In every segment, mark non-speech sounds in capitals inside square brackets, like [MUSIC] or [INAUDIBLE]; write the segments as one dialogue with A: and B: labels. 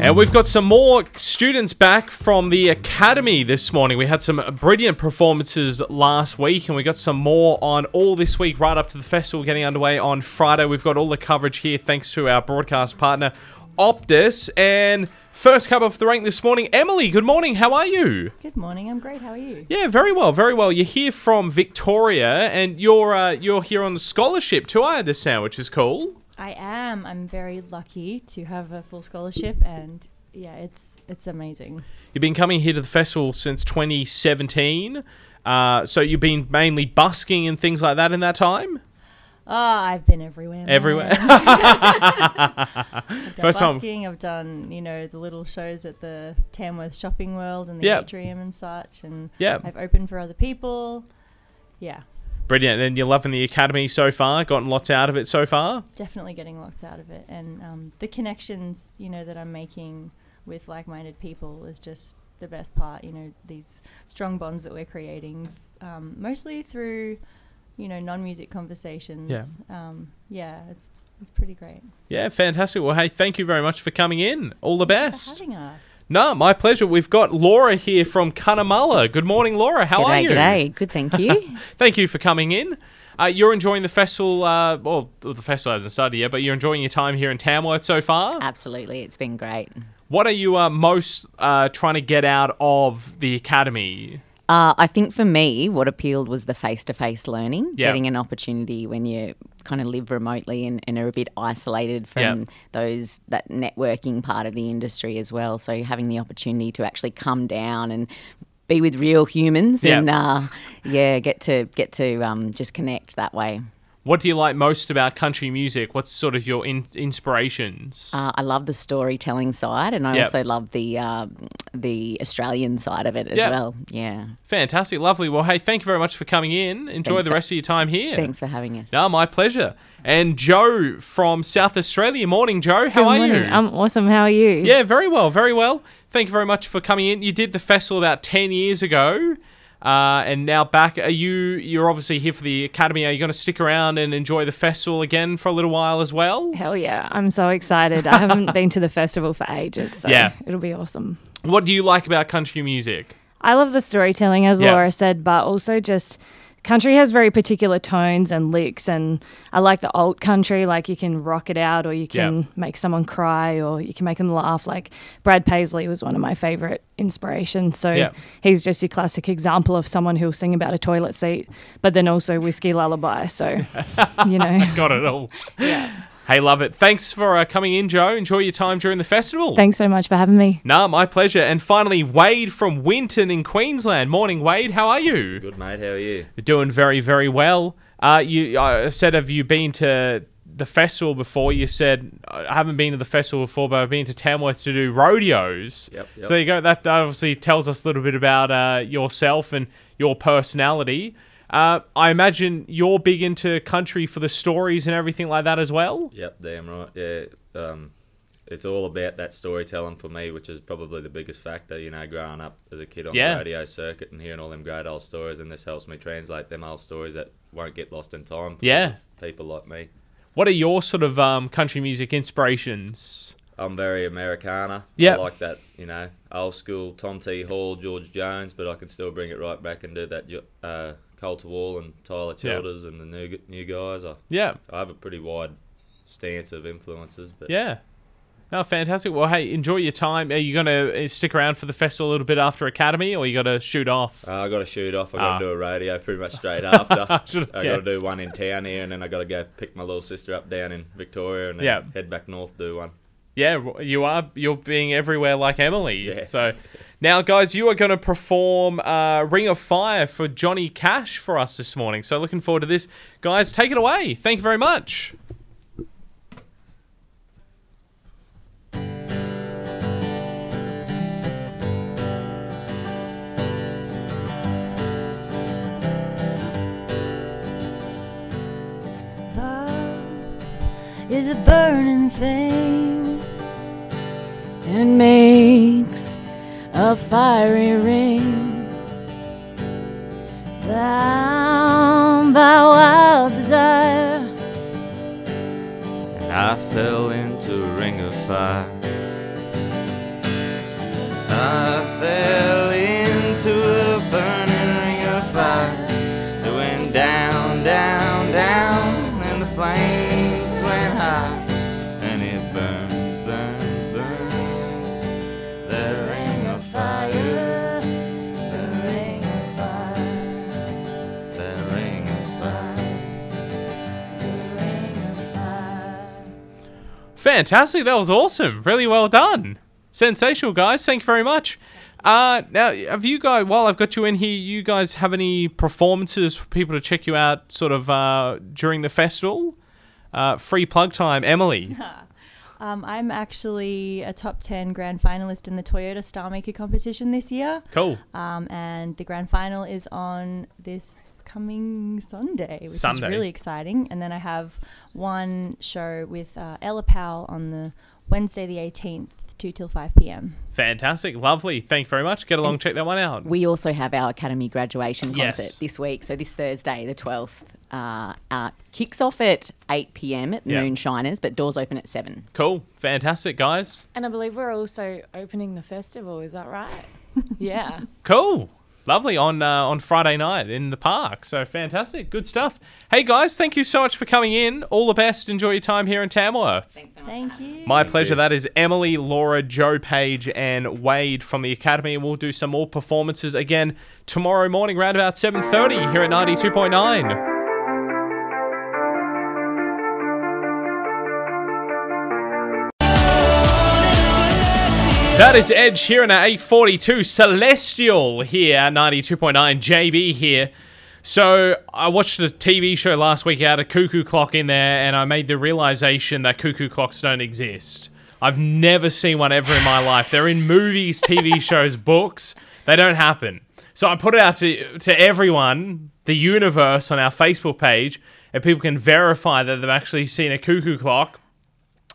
A: And we've got some more students back from the academy this morning. We had some brilliant performances last week, and we got some more on all this week, right up to the festival getting underway on Friday. We've got all the coverage here thanks to our broadcast partner, Optus. And first cover of the rank this morning, Emily. Good morning. How are you?
B: Good morning. I'm great. How are you?
A: Yeah, very well, very well. You're here from Victoria, and you're uh, you're here on scholarship too. I understand, which is cool.
B: I am. I'm very lucky to have a full scholarship, and yeah, it's it's amazing.
A: You've been coming here to the festival since 2017, uh, so you've been mainly busking and things like that in that time.
B: Oh, I've been everywhere. man.
A: Everywhere.
B: [LAUGHS] I've done
A: [LAUGHS] First time.
B: busking. I've done you know the little shows at the Tamworth Shopping World and the
A: Yep.
B: atrium and such, and
A: Yep.
B: I've opened for other people. Yeah,
A: Brilliant, and you're loving the academy so far. Gotten lots out of it so far.
B: definitely getting locked out of it, and um, the connections you know that I'm making with like-minded people is just the best part. You know these strong bonds that we're creating, um, mostly through you know non-music conversations. um, yeah, it's it's pretty great.
A: Yeah, fantastic. Well, hey, thank you very much for coming in. All the
B: For
A: best.
B: having us.
A: No, my pleasure. We've got Laura here from Cunnamulla. Good morning, Laura. How are
C: g'day,
A: you?
C: G'day. Good, thank
A: [LAUGHS]
C: you.
A: Thank you for coming in. Uh, you're enjoying the festival. Uh, well, the festival hasn't started yet, but you're enjoying your time here in Tamworth so far.
C: Absolutely, it's been great.
A: What are you uh, most uh, trying to get out of the academy?
C: Uh, I think for me, what appealed was the face to face learning,
A: Yeah.
C: getting an opportunity when you kind of live remotely and, and are a bit isolated from
A: Yeah.
C: those that networking part of the industry as well. So having the opportunity to actually come down and be with real humans
A: Yeah.
C: and uh, yeah, get to get to um, just connect that way.
A: What do you like most about country music? What's sort of your in- inspirations?
C: Uh, I love the storytelling side, and I
A: Yep.
C: also love the um the Australian side of it as
A: Yeah.
C: well. Yeah,
A: Fantastic, lovely. Well, hey, thank you very much for coming in. Enjoy
C: Thanks
A: the
C: for-
A: rest of your time here.
C: thanks for having us.
A: No, my pleasure. And Joe from South Australia. Morning, Joe. How are
D: Good morning.
A: you?
D: I'm awesome. How are you?
A: Yeah, very well, very well. Thank you very much for coming in. You did the festival about ten years ago, uh, and now back. Are you? You're obviously here for the academy. Are you going to stick around and enjoy the festival again for a little while as well?
D: Hell yeah. I'm so excited. I
A: [LAUGHS]
D: haven't been to the festival for ages. So
A: Yeah.
D: It'll be awesome.
A: What do you like about country music?
D: I love the storytelling, as
A: Yeah.
D: Laura said, but also just country has very particular tones and licks. And I like the alt country, like you can rock it out or you
A: Yeah.
D: can make someone cry or you can make them laugh. Like Brad Paisley was one of my favorite inspirations. So
A: Yeah.
D: he's just your classic example of someone who'll sing about a toilet seat, but then also Whiskey Lullaby. So,
A: [LAUGHS]
D: you know.
A: Got it
D: [LAUGHS]
A: all. Hey, love it. Thanks for uh, coming in, Joe. Enjoy your time during the festival.
D: Thanks so much for having me.
A: Nah, my pleasure. And finally, Wade from Winton in Queensland. Morning, Wade. How are you?
E: Good mate, how are you?
A: You're doing very, very well. Uh, you I said, have you been to the festival before? You said I haven't been to the festival before, but I've been to Tamworth to do rodeos.
E: Yep, yep.
A: So there you go. That, that obviously tells us a little bit about uh, yourself and your personality. Uh, I imagine you're big into country for the stories and everything like that as well.
E: Yep, damn right. Yeah, um, it's all about that storytelling for me, which is probably the biggest factor. You know, growing up as a kid on
A: Yeah.
E: the radio circuit and hearing all them great old stories, and this helps me translate them old stories that won't get lost in time. because
A: Yeah.
E: of people like me.
A: What are your sort of um, country music inspirations?
E: I'm very Americana.
A: Yep.
E: I like that, you know, old school Tom T. Hall, George Jones, but I can still bring it right back and do that. Jo- Uh, Colter Wall and Tyler
A: Yeah.
E: Childers and the new g- new guys. I,
A: Yeah.
E: I have a pretty wide stance of influences, but
A: Yeah. No, fantastic. Well, hey, enjoy your time. Are you going to stick around for the festival a little bit after Academy, or you got to shoot off?
E: Uh, I got to shoot off. I
A: Ah.
E: got to do a radio pretty much straight
A: [LAUGHS]
E: after.
A: Should've
E: I got to do
A: guessed.
E: one in town here, and then I got to go pick my little sister up down in Victoria, and then
A: Yeah.
E: head back north do one.
A: Yeah, w- you are. You're being everywhere like Emily.
E: Yeah.
A: So now, guys, you are going to perform uh, Ring of Fire for Johnny Cash for us this morning. So looking forward to this. Guys, take it away. Thank you very much.
B: Love is a burning thing.
C: It makes a fiery ring bound by wild desire.
E: And I fell into a ring of fire,
A: Fantastic. That was awesome. Really well done. Sensational, guys. Thank you very much. Uh, now, have you guys, while I've got you in here, you guys have any performances for people to check you out sort of uh, during the festival? Uh, free plug time, Emily.
B: Um, I'm actually a top 10 grand finalist in the Toyota Star Maker competition this year.
A: Cool.
B: Um, and the grand final is on this coming Sunday, which
A: Sunday.
B: is really exciting. And then I have one show with uh, Ella Powell on the Wednesday, the 18th, 2 till 5 p.m.
A: Fantastic. Lovely. Thank you very much. Get along, check that one out.
C: We also have our Academy graduation
A: Yes.
C: concert this week. So this Thursday, the 12th, uh, uh, kicks off at 8 p.m. at
A: Yeah.
C: Moonshiners, but doors open at 7.
A: Cool. Fantastic, guys.
F: And I believe we're also opening the festival. Is that
C: [LAUGHS]
F: right? yeah.
A: Cool. Lovely on uh, on Friday night in the park. So fantastic. Good stuff. Hey guys, thank you so much for coming in. All the best. Enjoy your time here in Tamworth.
C: Thanks so much.
B: Thank you.
A: My
E: Thank
A: pleasure.
E: you.
A: That is Emily, Laura, Joe Page, and Wade from the Academy. We'll do some more performances again tomorrow morning around about 7.30 here at 92.9. That is Ed Sheeran at 842 Celestial here, 92.9 JB here. So I watched a TV show last week, it had a cuckoo clock in there, and I made the realization that cuckoo clocks don't exist. I've never seen one ever in my life. They're in movies, TV shows, books. They don't happen. So I put it out to, to everyone, the universe, on our Facebook page, and people can verify that they've actually seen a cuckoo clock.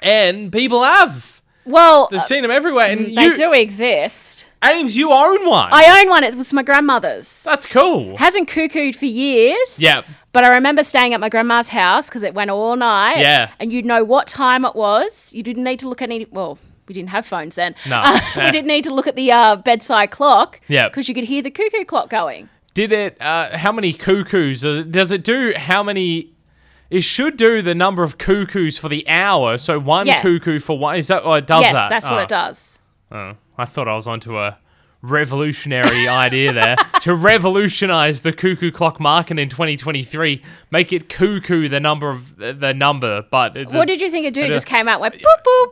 A: And people have.
G: Well, uh,
A: They've seen them everywhere. And
G: they
A: you,
G: do exist.
A: Ames, you own one.
G: I own one. It was my grandmother's.
A: That's cool.
G: Hasn't cuckooed for years.
A: Yeah.
G: But I remember staying at my grandma's house because it went all night.
A: Yeah.
G: And you'd know what time it was. You didn't need to look at any. Well, we didn't have phones then.
A: No.
G: Uh, [LAUGHS] we didn't need to look at the uh, bedside clock.
A: Yeah.
G: Because you could hear the cuckoo clock going.
A: Did it? Uh, how many cuckoos does it, does it do? How many? It should do the number of cuckoos for the hour. So one
G: Yeah.
A: cuckoo for one. Is that? Oh, it does
G: yes,
A: that.
G: that's what
A: Oh.
G: it does.
A: Oh, I thought I was onto a revolutionary [LAUGHS] idea there to revolutionize the cuckoo clock market in 2023. Make it cuckoo the number of the number. But it-
G: what did you think it do?
A: it
G: It just
A: does-
G: came out, went boop boop.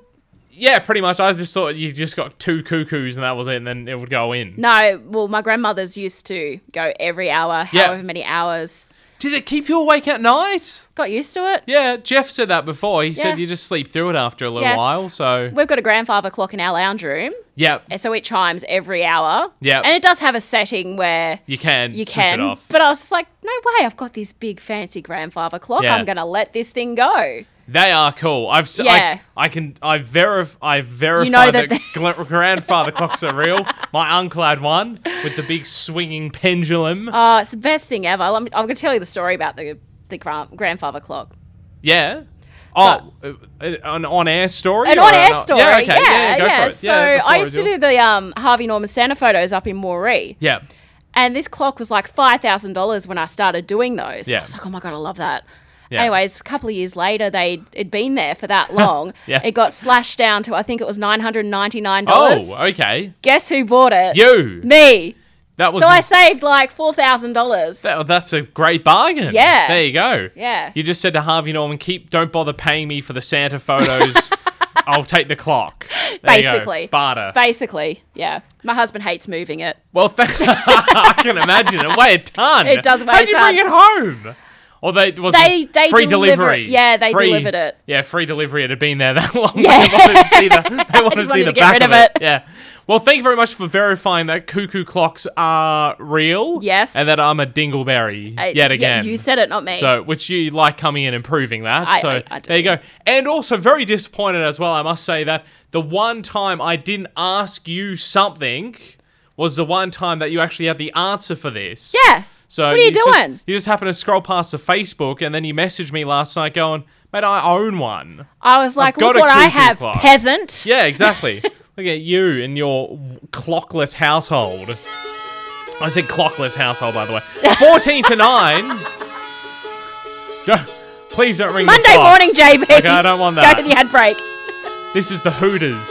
A: yeah, pretty much. I just thought you just got two cuckoos and that was it, and then it would go in.
G: No, well, my grandmother's used to go every hour,
A: Yeah.
G: however many hours.
A: Did it keep you awake at night?
G: Got used to it.
A: Yeah, Jeff said that before. He
G: Yeah.
A: said you just sleep through it after a little
G: Yeah.
A: while. So,
G: We've got a grandfather clock in our lounge room,
A: yeah,
G: and so it chimes every hour.
A: Yep.
G: And it does have a setting where
A: you can
G: you
A: switch it
G: can.
A: off.
G: But I was just like, no way, I've got this big fancy grandfather clock.
A: Yeah.
G: I'm going to let this thing go.
A: They are cool. I've s I
G: Yeah.
A: I can I verif I verify
G: know
A: that,
G: that
A: [LAUGHS] gl- grandfather clocks are real. My uncle had one with the big swinging pendulum.
G: Oh, it's the best thing ever. Let me- I'm going to tell you the story about the, the gran- grandfather clock.
A: yeah. Oh, uh, uh, an on-air story.
G: An
A: or
G: on air
A: an-
G: story.
A: Yeah,
G: Yeah,
A: okay.
G: yeah.
A: yeah, go for it.
G: So
A: yeah, go for
G: I
A: it,
G: used to
A: Jill.
G: do the um, Harvey Norman Santa photos up in Moree.
A: Yeah.
G: And this clock was like five thousand dollars when I started doing those.
A: Yeah.
G: I was like, oh my god, I love that.
A: Yeah.
G: Anyways, a couple of years later, they it'd been there for that long.
A: [LAUGHS] Yeah.
G: It got slashed down to I think it was nine hundred ninety nine dollars.
A: Oh, okay.
G: Guess who bought it?
A: You.
G: Me.
A: That was
G: So I saved like four thousand dollars.
A: That- that's a great bargain.
G: Yeah.
A: There you go.
G: Yeah.
A: You just said to Harvey Norman, keep, don't bother paying me for the Santa photos.
G: [LAUGHS]
A: I'll take the clock. There you go.
G: Basically.
A: Barter.
G: Basically, yeah. My husband hates moving it.
A: well, th- [LAUGHS] I can imagine. It weigh a ton.
G: It does weigh
A: How'd
G: a
A: you
G: ton.
A: bring it home? Or they, was
G: They-
A: it
G: they
A: free
G: deliver
A: delivery.
G: it. Yeah, they
A: Free-
G: delivered it.
A: Yeah, free delivery. It had been there that [LAUGHS] long. Yeah. they wanted to see
G: [LAUGHS]
A: the, they wanted to, see
G: wanted
A: the
G: to get
A: back
G: rid
A: of
G: of
A: it.
G: it.
A: Yeah. Well, thank you very much for verifying that cuckoo clocks are real.
G: Yes.
A: And that I'm a dingleberry
G: I-
A: yet
G: Uh, yeah,
A: again.
G: you said it, not me.
A: So, which you like coming in and proving that.
G: I-
A: so
G: I- I do.
A: there you go. And also very disappointed as well. I must say that the one time I didn't ask you something was the one time that you actually had the answer for this.
G: Yeah.
A: So
G: What are you
A: just-
G: doing?
A: you just happen to scroll past the Facebook and then you messaged me last night going, "Mate, I own one."
G: I was like,
A: got
G: look
A: a
G: what I
A: cuckoo
G: have,
A: clock.
G: peasant.
A: Yeah, exactly. [LAUGHS] Look at you and your w- clockless household. I said clockless household, by the
G: [LAUGHS]
A: way. 14 to 9. Don't- Please don't ring the
G: Monday
A: clocks.
G: morning, JB.
A: Okay, I don't
G: [LAUGHS]
A: want
G: Let's
A: that.
G: Go to the ad break.
A: This is the Hooters.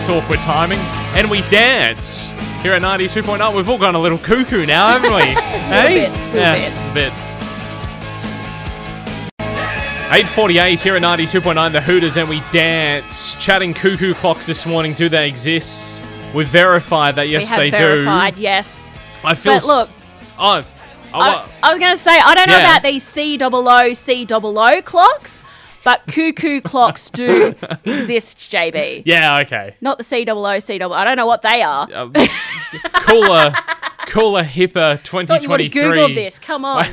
A: It's awkward timing. And we dance here at 92.9. We've all gone a little cuckoo now,
G: [LAUGHS]
A: haven't we? hey?
G: bit, little
A: yeah, a bit. 848 here at 92.9 The Hooters and we dance. Chatting cuckoo clocks this morning. Do they exist? We verified that yes
G: we have
A: they
G: verified, yes.
A: do. I feel
G: But look-
A: s- oh, oh,
G: I,
A: well,
G: I was going to say, I don't know
A: Yeah.
G: about these C double O, C double O clocks, but
A: [LAUGHS]
G: cuckoo clocks do exist, JB.
A: yeah, okay.
G: Not the C double O, C double I don't know what they are. [LAUGHS]
A: Uh, cooler cooler hipper
G: Thought you would have
A: 2023.
G: Googled this.
A: [LAUGHS]
G: Come on.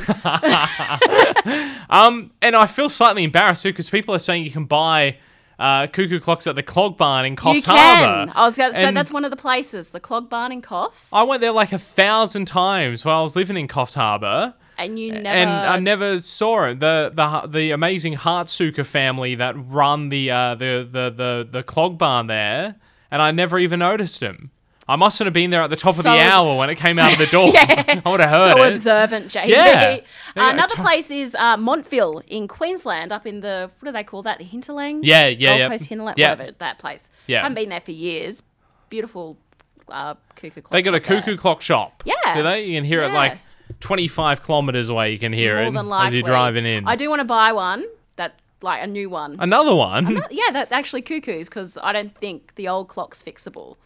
A: Um, and I feel slightly embarrassed too because people are saying you can buy uh, cuckoo clocks at the Clog Barn in Coffs
G: you can.
A: Harbour.
G: I was going to say,
A: And
G: that's one of the places, the Clog Barn in Coffs.
A: I went there like a thousand times while I was living in Coffs Harbour.
G: and you never.
A: and I
G: [LAUGHS]
A: never saw it. The the the amazing Hartsuka family that run the uh, the, the the the clog barn there, and I never even noticed them. I mustn't have been there at the top of
G: So-
A: the hour when it came out of the
G: [LAUGHS]
A: door. [LAUGHS]
G: Yeah.
A: I would have heard
G: so
A: it.
G: observant, JD.
A: Yeah. There you go.
G: Another
A: To-
G: place is uh, Montville in Queensland, up in the what do they call that? The hinterland.
A: Yeah, yeah,
G: Gold
A: yeah.
G: Coast hinterland,
A: Yeah.
G: whatever that place.
A: Yeah.
G: haven't been there for years. Beautiful uh, cuckoo clock.
A: they got a
G: shop there.
A: cuckoo clock shop.
G: Yeah.
A: do they? You can hear it
G: Yeah.
A: like twenty five kilometers away. You can hear
G: More
A: it
G: than
A: as
G: likely.
A: you're driving in.
G: I do want to buy one that like a new one.
A: Another one.
G: yeah, that actually cuckoos because I don't think the old clock's fixable.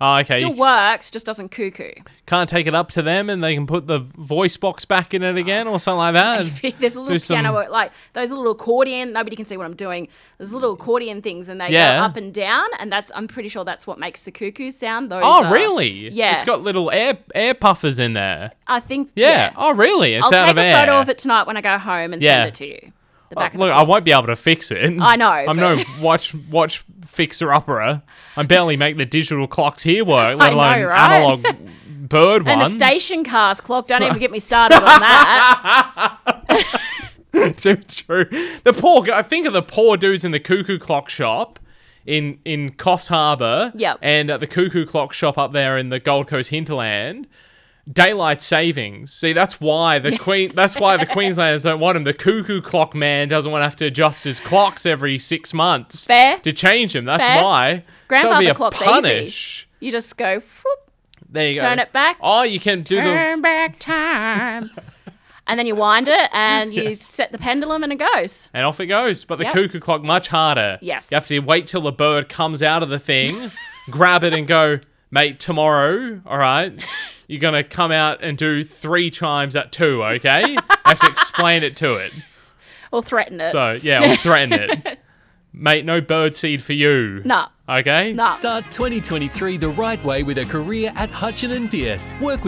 A: oh, okay.
G: Still
A: you
G: works, just
A: [LAUGHS]
G: doesn't cuckoo. [LAUGHS]
A: can't take it up to them, and they can put the voice box back in it again, or something like
G: [LAUGHS]
A: that.
G: There's a little
A: There's some-
G: piano, like those little accordion. Nobody can see what I'm doing. There's little accordion things, and they
A: Yeah.
G: go up and down, and that's I'm pretty sure that's what makes the cuckoo sound. Those
A: Oh,
G: are-
A: really?
G: Yeah.
A: It's got little air air puffers in there.
G: I think.
A: Yeah.
G: Yeah.
A: Oh, really? It's
G: I'll
A: out
G: take
A: of
G: a
A: air.
G: photo of it tonight when I go home and
A: Yeah.
G: send it to you. The
A: Uh,
G: back of the
A: Look, I
G: clock.
A: won't be able to fix it.
G: I know,
A: [LAUGHS] I'm no
G: but-
A: watch watch fixer upper. I barely make the digital clocks here work,
G: [LAUGHS]
A: let
G: I know,
A: alone
G: right? [LAUGHS]
A: analog bird
G: And the
A: ones.
G: station cars clock. Don't even get me started
A: [LAUGHS]
G: on that.
A: Too true. The poor. guy- Think of the poor dudes in the cuckoo clock shop. In, in Coffs Harbour
G: Yep.
A: and at the Cuckoo Clock shop up there in the Gold Coast hinterland, daylight savings. See, that's why the Queen. That's why the Queenslanders don't want him. The Cuckoo Clock man doesn't want to have to adjust his clocks every six months
G: Fair.
A: to change them. That's
G: Fair.
A: why.
G: Grandfather
A: so it'll be
G: clock's
A: a
G: easy.
A: punish.
G: You just go. whoop,
A: [LAUGHS] There you go.
G: Turn it back.
A: Oh, you can do the.
G: Turn back time. and then you wind it
A: [LAUGHS]
G: and you set the pendulum and it goes.
A: And off it goes. But the
G: Yep.
A: cuckoo clock much harder.
G: Yes.
A: You have to wait till the bird comes out of the
G: [LAUGHS]
A: thing, grab it, and go, mate. Tomorrow, all right. You're gonna come out and do three chimes at two,
G: [LAUGHS]
A: okay? I have to explain it to it.
G: Or threaten it.
A: So yeah, we'll threaten
G: [LAUGHS]
A: it, mate. No bird seed for you.
G: no.
A: Okay.
G: No.
H: Start 2023 the right way with a career at Hutchin and Pierce. Work with